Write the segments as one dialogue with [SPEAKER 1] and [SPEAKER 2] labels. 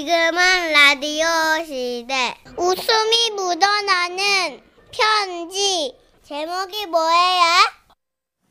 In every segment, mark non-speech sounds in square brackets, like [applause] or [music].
[SPEAKER 1] 지금은 라디오 시대. 웃음이 묻어나는 편지. 제목이 뭐예요?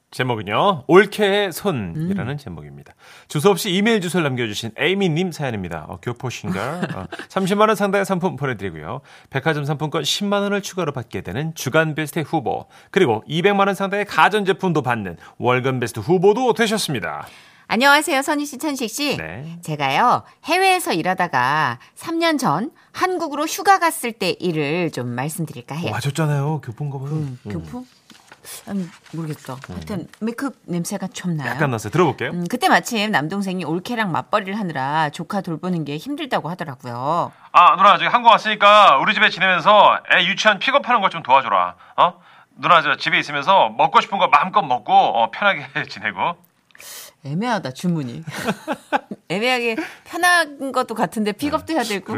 [SPEAKER 2] 제목은요. 올케의 손이라는 제목입니다. 주소 없이 이메일 주소를 남겨주신 에이미님 사연입니다. 어, 교포신가? [laughs] 어, 30만 원 상당의 상품 보내드리고요. 백화점 상품권 10만 원을 추가로 받게 되는 주간 베스트 후보 그리고 200만 원 상당의 가전 제품도 받는 월간 베스트 후보도 되셨습니다.
[SPEAKER 3] 안녕하세요, 선희 씨, 천식 씨.
[SPEAKER 2] 네.
[SPEAKER 3] 제가요, 해외에서 일하다가 3년 전 한국으로 휴가 갔을 때 일을 좀 말씀드릴까 해요.
[SPEAKER 2] 어, 맞았잖아요. 교포인가 봐요.
[SPEAKER 3] 교포? 그 음, 모르겠어. 하여튼, 메이크업 냄새가 좀 나요.
[SPEAKER 2] 약간 났어요. 들어볼게요.
[SPEAKER 3] 음, 그때 마침 남동생이 올케랑 맞벌이를 하느라 조카 돌보는 게 힘들다고 하더라고요.
[SPEAKER 2] 아 누나 저기 한국 왔으니까 우리 집에 지내면서 애 유치원 픽업하는 것 좀 도와줘라 어 누나 저 집에 있으면서 먹고 싶은 거 마음껏 먹고 어, 편하게 [laughs] 지내고
[SPEAKER 3] 애매하다, 주문이. 애매하게 편한 것도 같은데 픽업도 해야 되고.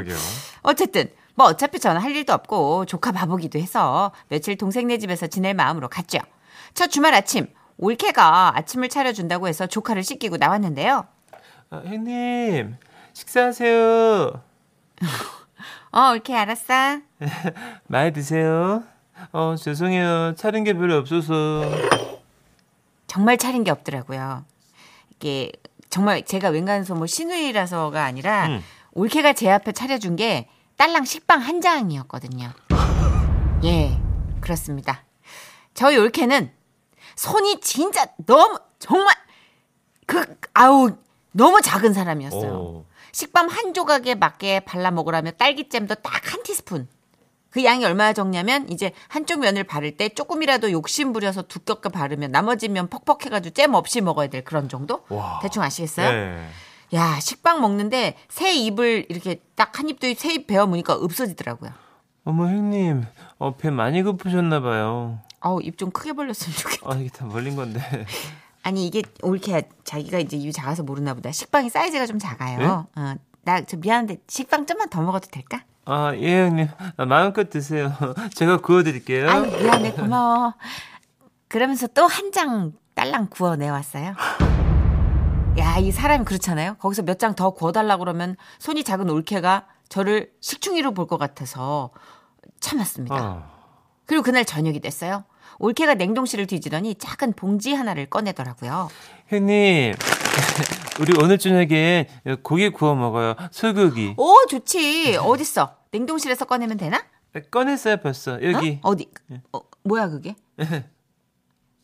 [SPEAKER 3] 어쨌든 뭐 어차피 저는 할 일도 없고 조카 바보기도 해서 며칠 동생네 집에서 지낼 마음으로 갔죠. 첫 주말 아침 올케가 아침을 차려준다고 해서 조카를 씻기고 나왔는데요.
[SPEAKER 2] 형님 식사하세요
[SPEAKER 3] 어 올케 알았어.
[SPEAKER 2] 많이 드세요 어 죄송해요 차린 게 별로 없어서
[SPEAKER 3] 정말 차린 게 없더라고요. 이게 정말 제가 웬간소 뭐 신우이라서가 아니라
[SPEAKER 2] 음.
[SPEAKER 3] 올케가 제 앞에 차려준 게 딸랑 식빵 한 장이었거든요. 예, 그렇습니다. 저희 올케는 손이 진짜 너무 정말 그 아우 너무 작은 사람이었어요. 식빵 한 조각에 맞게 발라 먹으라며 딸기잼도 딱 한 티스푼. 그 양이 얼마나 적냐면 이제 한쪽 면을 바를 때 조금이라도 욕심 부려서 두껍게 바르면 나머지 면 퍽퍽해가지고 잼 없이 먹어야 될 그런 정도?
[SPEAKER 2] 와.
[SPEAKER 3] 대충 아시겠어요?
[SPEAKER 2] 네.
[SPEAKER 3] 야 식빵 먹는데 새 입을 이렇게 딱 한 입도 새입 베어 무니까 없어지더라고요.
[SPEAKER 2] 어머 형님 어 배 많이 고프셨나 봐요
[SPEAKER 3] 아우 입 좀 크게 벌렸으면 좋겠다.
[SPEAKER 2] 아 이게 다 멀린 건데 [laughs]
[SPEAKER 3] 아니 이게 올케야 자기가 이제 입이 작아서 모르나 보다. 식빵이 사이즈가 좀
[SPEAKER 2] 네?
[SPEAKER 3] 작아요. 어, 나 저 미안한데 식빵 좀만 더 먹어도 될까?
[SPEAKER 2] 아 예 형님 아, 마음껏 드세요 [laughs] 제가 구워드릴게요
[SPEAKER 3] 아유 미안해 고마워. 그러면서 또 한 장 딸랑 구워 내왔어요. 야 이 사람이 그렇잖아요. 거기서 몇 장 더 구워달라 그러면 손이 작은 올케가 저를 식충이로 볼 것 같아서 참았습니다.
[SPEAKER 2] 어.
[SPEAKER 3] 그리고 그날 저녁이 됐어요. 올케가 냉동실을 뒤지더니 작은 봉지 하나를 꺼내더라고요.
[SPEAKER 2] 형님, [laughs] 우리 오늘 저녁에 고기 구워 먹어요. 소고기.
[SPEAKER 3] 오 좋지. 어딨어? 냉동실에서 꺼내면 되나?
[SPEAKER 2] 아, 꺼냈어요, 벌써.
[SPEAKER 3] 어?
[SPEAKER 2] 여기. 예.
[SPEAKER 3] 어디? 어, 뭐야 그게?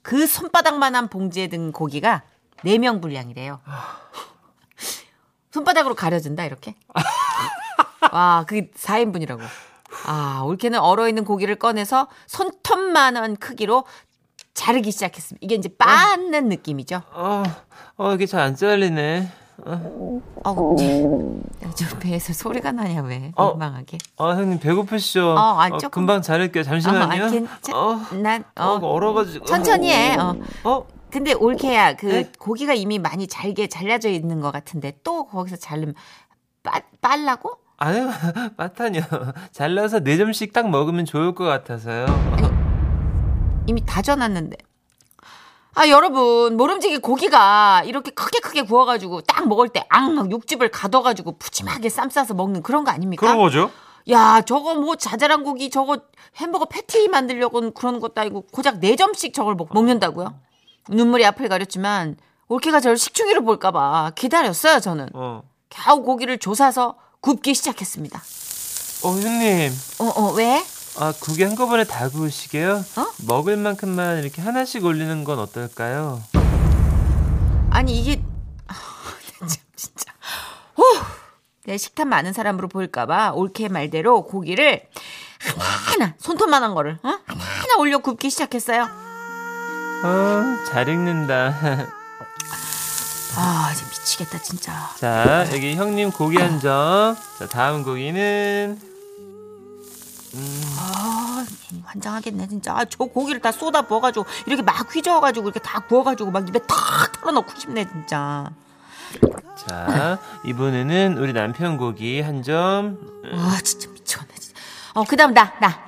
[SPEAKER 3] 그 손바닥만한 봉지에 든 고기가 4명 분량이래요. 손바닥으로 가려진다
[SPEAKER 2] [laughs]
[SPEAKER 3] 이렇게. 와, 그게 4인분이라고. 아, 올케는 얼어 있는 고기를 꺼내서 손톱만한 크기로 자르기 시작했습니다. 이게 이제 빻는 느낌이죠.
[SPEAKER 2] 어, 어, 이게 잘 안 잘리네.
[SPEAKER 3] 어, 저 배에서 소리가 나냐 왜?
[SPEAKER 2] 어.
[SPEAKER 3] 민망하게.
[SPEAKER 2] 아, 형님, 배고프시죠?
[SPEAKER 3] 어, 아, 조금.
[SPEAKER 2] 금방 자를게요. 잠시만요.
[SPEAKER 3] 아,
[SPEAKER 2] 어,
[SPEAKER 3] 괜찮. 어,
[SPEAKER 2] 어, 얼어가지고.
[SPEAKER 3] 천천히 해. 어.
[SPEAKER 2] 어,
[SPEAKER 3] 근데 올케야 그
[SPEAKER 2] 네?
[SPEAKER 3] 고기가 이미 많이 잘게 잘려져 있는 것 같은데 또 거기서 자르면 빠, 빨라고?
[SPEAKER 2] 아유, [laughs] 마타뇨. 잘라서 네 점씩 딱 먹으면 좋을 것 같아서요.
[SPEAKER 3] 이미 다져놨는데. 아 여러분 모름지기 고기가 이렇게 크게 크게 구워가지고 딱 먹을 때 앙막 육즙을 가둬가지고 푸짐하게 쌈 싸서 먹는 그런 거 아닙니까?
[SPEAKER 2] 그런 거죠?
[SPEAKER 3] 야 저거 뭐 자잘한 고기 저거 햄버거 패티 만들려고 그런 것도 아니고 고작 네 점씩 저걸 먹, 먹는다고요? 눈물이 앞을 가렸지만 올케가 저를 식충이로 볼까봐 기다렸어요 저는.
[SPEAKER 2] 어.
[SPEAKER 3] 겨우 고기를 조사서 굽기 시작했습니다.
[SPEAKER 2] 어, 형님.
[SPEAKER 3] 어, 어, 왜?
[SPEAKER 2] 아, 국이 한꺼번에 다 구우시게요?
[SPEAKER 3] 어?
[SPEAKER 2] 먹을 만큼만 이렇게 하나씩 올리는 건 어떨까요?
[SPEAKER 3] 아니, 이게. 아, 참, 진짜. 후! 내 식탐 많은 사람으로 보일까봐 올케 말대로 고기를 하나하나, 손톱만한 거를, 어? 하나하나 올려 굽기 시작했어요.
[SPEAKER 2] 어, 잘 읽는다. [laughs]
[SPEAKER 3] 아, 이제 미치겠다, 진짜.
[SPEAKER 2] 자, 여기 형님 고기 한 점. 자, 다음 고기는
[SPEAKER 3] 아, 환장하겠네, 진짜. 아, 저 고기를 다 쏟아 부어가지고, 이렇게 막 휘저어가지고, 이렇게 다 구워가지고, 막 입에 탁 털어넣고 싶네, 진짜.
[SPEAKER 2] 자, 이번에는 우리 남편 고기 한 점.
[SPEAKER 3] 와 진짜 미치겠네 진짜. 어 그다음 나 나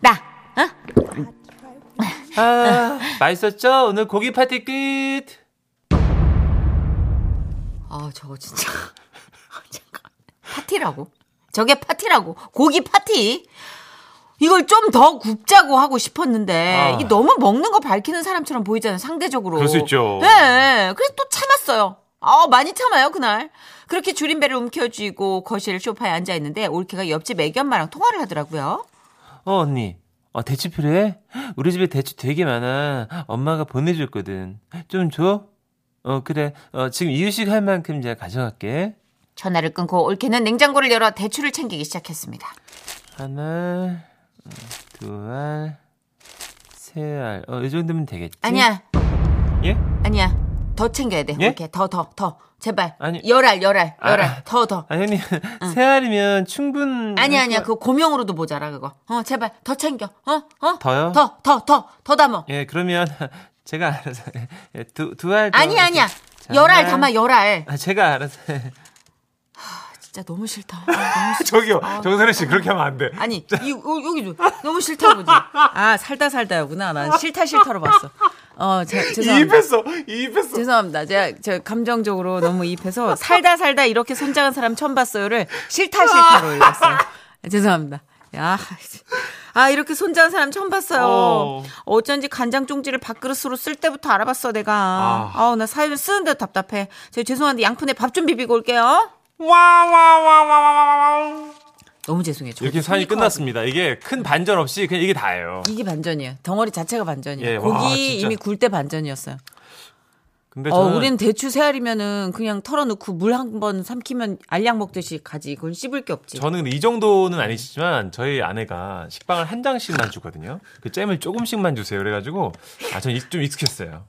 [SPEAKER 3] 나. 어?
[SPEAKER 2] 아, 맛있었죠? 오늘 고기 파티 끝.
[SPEAKER 4] [laughs]
[SPEAKER 3] 아 저거 진짜. 잠깐.
[SPEAKER 4] 아, 파티라고. 저게 파티라고. 고기 파티. 이걸 좀 더 굽자고 하고 싶었는데
[SPEAKER 2] 아.
[SPEAKER 4] 이게 너무 먹는 거 밝히는 사람처럼 보이잖아요. 상대적으로.
[SPEAKER 2] 그럴 수 있죠.
[SPEAKER 4] 네. 그래서 또 참았어요. 아, 많이 참아요, 그날. 그렇게 줄임배를 움켜쥐고 거실 소파에 앉아 있는데 올케가 옆집 애기 엄마랑 통화를 하더라고요.
[SPEAKER 2] 어 언니 어, 대추 필요해? 우리 집에 대추 되게 많아 엄마가 보내줬거든 좀 줘? 어 그래 어, 지금 이유식 할 만큼 내가 가져갈게
[SPEAKER 4] 전화를 끊고 올케는 냉장고를 열어 대추를 챙기기 시작했습니다.
[SPEAKER 2] 하나 두알세알어이 어, 정도면 되겠지?
[SPEAKER 4] 아니야,
[SPEAKER 2] 예?
[SPEAKER 4] 아니야. 더 챙겨야 돼.
[SPEAKER 2] 예?
[SPEAKER 4] 올케. 더, 더, 더. 제발.
[SPEAKER 2] 아니-
[SPEAKER 4] 열알, 열알,
[SPEAKER 2] 아.
[SPEAKER 4] 열알. 더, 더.
[SPEAKER 2] 아니 언니 세 알이면
[SPEAKER 3] 음,
[SPEAKER 2] 충분
[SPEAKER 4] 어. 아니야, 아니야. 그거 고명으로도 모자라, 그거. 어, 제발. 더 챙겨. 어, 어.
[SPEAKER 2] 더요?
[SPEAKER 4] 더, 더, 더. 더 담어.
[SPEAKER 2] 예 그러면 [laughs] 제가 알아서 예, 두, 두알
[SPEAKER 4] 아니야, 아니야. 열알 담아, 열알.
[SPEAKER 2] 아, 제가 알아서
[SPEAKER 4] 진짜 너무 싫다. 아, 너무 싫다.
[SPEAKER 2] 저기요
[SPEAKER 3] 아,
[SPEAKER 2] 정선혜 씨 그렇게 하면 안돼
[SPEAKER 4] 아니, 이, 요, 여기 좀 너무 싫다, 보지.
[SPEAKER 3] 아 살다 살다였구나. 난 싫다 싫다로 봤어. 어 제, 죄송합니다.
[SPEAKER 2] 이입했어
[SPEAKER 3] 죄송합니다. 제가 저 감정적으로 너무 입해서 살다 살다 이렇게 손장한 사람 처음 봤어요를 싫다 싫다로 읽었어요. 아, 죄송합니다. 야, 아 이렇게 손장한 사람 처음
[SPEAKER 2] 어.
[SPEAKER 3] 봤어요. 어쩐지 간장 종지를 밥그릇으로 쓸 때부터 알아봤어 내가.
[SPEAKER 2] 아.
[SPEAKER 3] 아우 나 사연 쓰는데도 답답해. 저 죄송한데 양푼에 밥 좀 비비고 올게요. 너무 죄송해요. 저도
[SPEAKER 2] 이렇게 사연이
[SPEAKER 3] 손이 커가지고.
[SPEAKER 2] 끝났습니다. 이게 큰 반전 없이 그냥 이게 다예요.
[SPEAKER 3] 이게 반전이에요. 덩어리 자체가 반전이에요.
[SPEAKER 2] 예, 와,
[SPEAKER 3] 고기
[SPEAKER 2] 진짜.
[SPEAKER 3] 이미 굴 때 반전이었어요.
[SPEAKER 2] 근데
[SPEAKER 3] 어,
[SPEAKER 2] 저는
[SPEAKER 3] 우리는 대추 세알이면은 그냥 털어놓고 물 한 번 삼키면 알약 먹듯이 가지. 그건 씹을 게 없지.
[SPEAKER 2] 예. 저는 근데 이 정도는 아니시지만 저희 아내가 식빵을 한 장씩만 주거든요. 그 잼을 조금씩만 주세요. 그래가지고 아, 전좀 익숙했어요.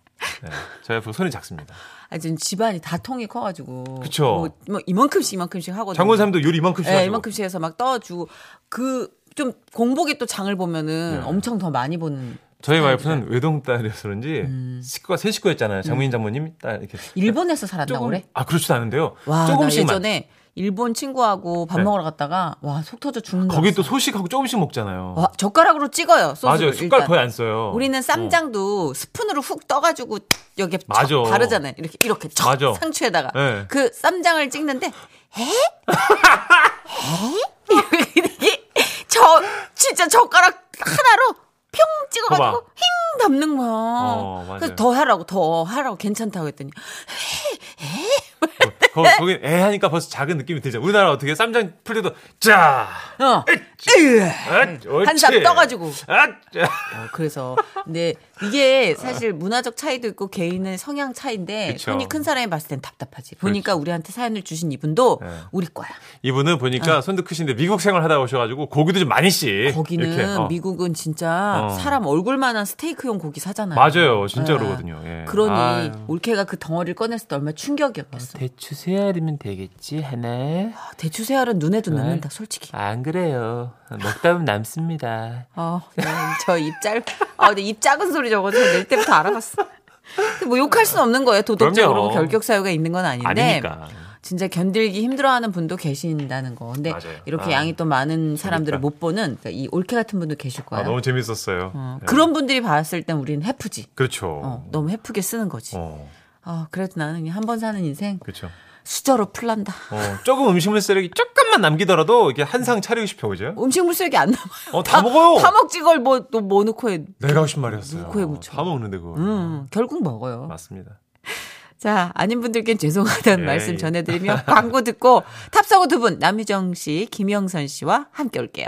[SPEAKER 2] 네, 저희 앞으로 손이 작습니다.
[SPEAKER 3] 아, 지금 집안이 다 통이 커가지고.
[SPEAKER 2] 그쵸.
[SPEAKER 3] 뭐, 뭐 이만큼씩 이만큼씩 하거든요.
[SPEAKER 2] 장군사님도 요리 이만큼씩
[SPEAKER 3] 예,
[SPEAKER 2] 하죠.
[SPEAKER 3] 이만큼씩 해서 막 떠주고 그 좀 공복에 또 장을 보면은
[SPEAKER 2] 네.
[SPEAKER 3] 엄청 더 많이 보는.
[SPEAKER 2] 저희 와이프는 외동딸이어서 그런지
[SPEAKER 3] 음.
[SPEAKER 2] 식구가 세 식구였잖아요. 장모님, 장모님 딸 이렇게
[SPEAKER 3] 일본에서 살았나
[SPEAKER 2] 조금
[SPEAKER 3] 오래?
[SPEAKER 2] 아 그렇지도 않은데요.
[SPEAKER 3] 와,
[SPEAKER 2] 조금씩만
[SPEAKER 3] 나 예전에 일본 친구하고 밥
[SPEAKER 2] 네.
[SPEAKER 3] 먹으러 갔다가 와 속 터져 죽는 거.
[SPEAKER 2] 거기 또 소식하고 조금씩 먹잖아요.
[SPEAKER 3] 와, 젓가락으로 찍어요. 소스
[SPEAKER 2] 맞아요. 숟갈 거의 안 써요.
[SPEAKER 3] 우리는 쌈장도 스푼으로 훅 떠가지고 여기에 척
[SPEAKER 2] 어. 맞아.
[SPEAKER 3] 바르잖아요. 이렇게 이렇게 척
[SPEAKER 2] 맞아.
[SPEAKER 3] 상추에다가
[SPEAKER 2] 네.
[SPEAKER 3] 그 쌈장을 찍는데 에? 에? [laughs] 이렇게 저 진짜 젓가락 하나로 평
[SPEAKER 2] 봐봐.
[SPEAKER 3] 찍어가지고 힝 담는 거야.
[SPEAKER 2] 어, 맞아요.
[SPEAKER 3] 그래서 더 하라고 더 하라고 괜찮다고 했더니
[SPEAKER 2] 거, 거기 애 하니까 벌써 작은 느낌이 들죠. 우리나라 어떻게 쌈장 풀 때도 짜.
[SPEAKER 3] 어.
[SPEAKER 2] 아,
[SPEAKER 3] 음, 한삽 떠가지고. 어, 그래서 근데 이게 사실 문화적 차이도 있고 개인의 성향 차이인데
[SPEAKER 2] 그쵸.
[SPEAKER 3] 손이 큰 사람이 봤을 땐 답답하지. 보니까 우리한테 사연을 주신 이분도
[SPEAKER 2] 네.
[SPEAKER 3] 우리 거야.
[SPEAKER 2] 이분은 보니까
[SPEAKER 3] 아.
[SPEAKER 2] 손도 크신데 미국 생활 하다 오셔가지고 고기도 좀 많이씩.
[SPEAKER 3] 거기는
[SPEAKER 2] 이렇게, 어.
[SPEAKER 3] 미국은 진짜
[SPEAKER 2] 어.
[SPEAKER 3] 사람 얼굴만한 스테이크용 고기 사잖아요.
[SPEAKER 2] 맞아요, 진짜
[SPEAKER 3] 네.
[SPEAKER 2] 그러거든요. 예.
[SPEAKER 3] 그러니
[SPEAKER 2] 아유.
[SPEAKER 3] 올케가 그 덩어리를 꺼냈을 때 얼마나 충격이었겠어.
[SPEAKER 2] 대추 세 알이면 되겠지 하나.
[SPEAKER 3] 아, 대추새알은
[SPEAKER 2] 네.
[SPEAKER 3] 눈에도 넣는다, 솔직히.
[SPEAKER 2] 안 그래요. 먹다 보면 남습니다.
[SPEAKER 3] 어, 저 입 짧, 아, 근데 입 작은 소리 저거 저낼 때부터 알아봤어. 근데 뭐 욕할 수는 없는 거예요. 도덕적으로
[SPEAKER 2] 그럼요.
[SPEAKER 3] 결격 사유가 있는 건 아닌데.
[SPEAKER 2] 아니니까.
[SPEAKER 3] 진짜 견딜기 힘들어하는 분도 계신다는 거. 근데
[SPEAKER 2] 맞아요.
[SPEAKER 3] 이렇게
[SPEAKER 2] 아,
[SPEAKER 3] 양이 또 많은 사람들을
[SPEAKER 2] 재밌다.
[SPEAKER 3] 못 보는 그러니까 이 올케 같은 분도 계실 거야.
[SPEAKER 2] 아, 너무 재밌었어요.
[SPEAKER 3] 네. 어,
[SPEAKER 2] 예.
[SPEAKER 3] 그런 분들이 봤을 땐 우리는 해프지.
[SPEAKER 2] 그렇죠.
[SPEAKER 3] 어, 너무 해프게 쓰는 거지.
[SPEAKER 2] 어,
[SPEAKER 3] 아, 그래도 나는 한 번 사는 인생
[SPEAKER 2] 그렇죠.
[SPEAKER 3] 수저로 풀란다.
[SPEAKER 2] 어, 조금 음식물 쓰레기 조금만 남기더라도 이게 한 상 차리고 싶어 그죠?
[SPEAKER 3] 음식물 쓰레기 안 남아요.
[SPEAKER 2] 어, 다 먹어요.
[SPEAKER 3] 다 먹지 걸 뭐 또 뭐 넣고 해.
[SPEAKER 2] 내가 하신 말이었어요.
[SPEAKER 3] 누구의 무청?
[SPEAKER 2] 다 먹는데 그거.
[SPEAKER 3] 음, 결국 먹어요.
[SPEAKER 2] 맞습니다.
[SPEAKER 3] 자, 아닌 분들께 죄송하다는
[SPEAKER 2] 예,
[SPEAKER 3] 말씀
[SPEAKER 2] 예. [laughs]
[SPEAKER 3] 전해드리며 광고 듣고 탑사고 두 분, 남희정 씨, 김영선 씨와 함께 올게요.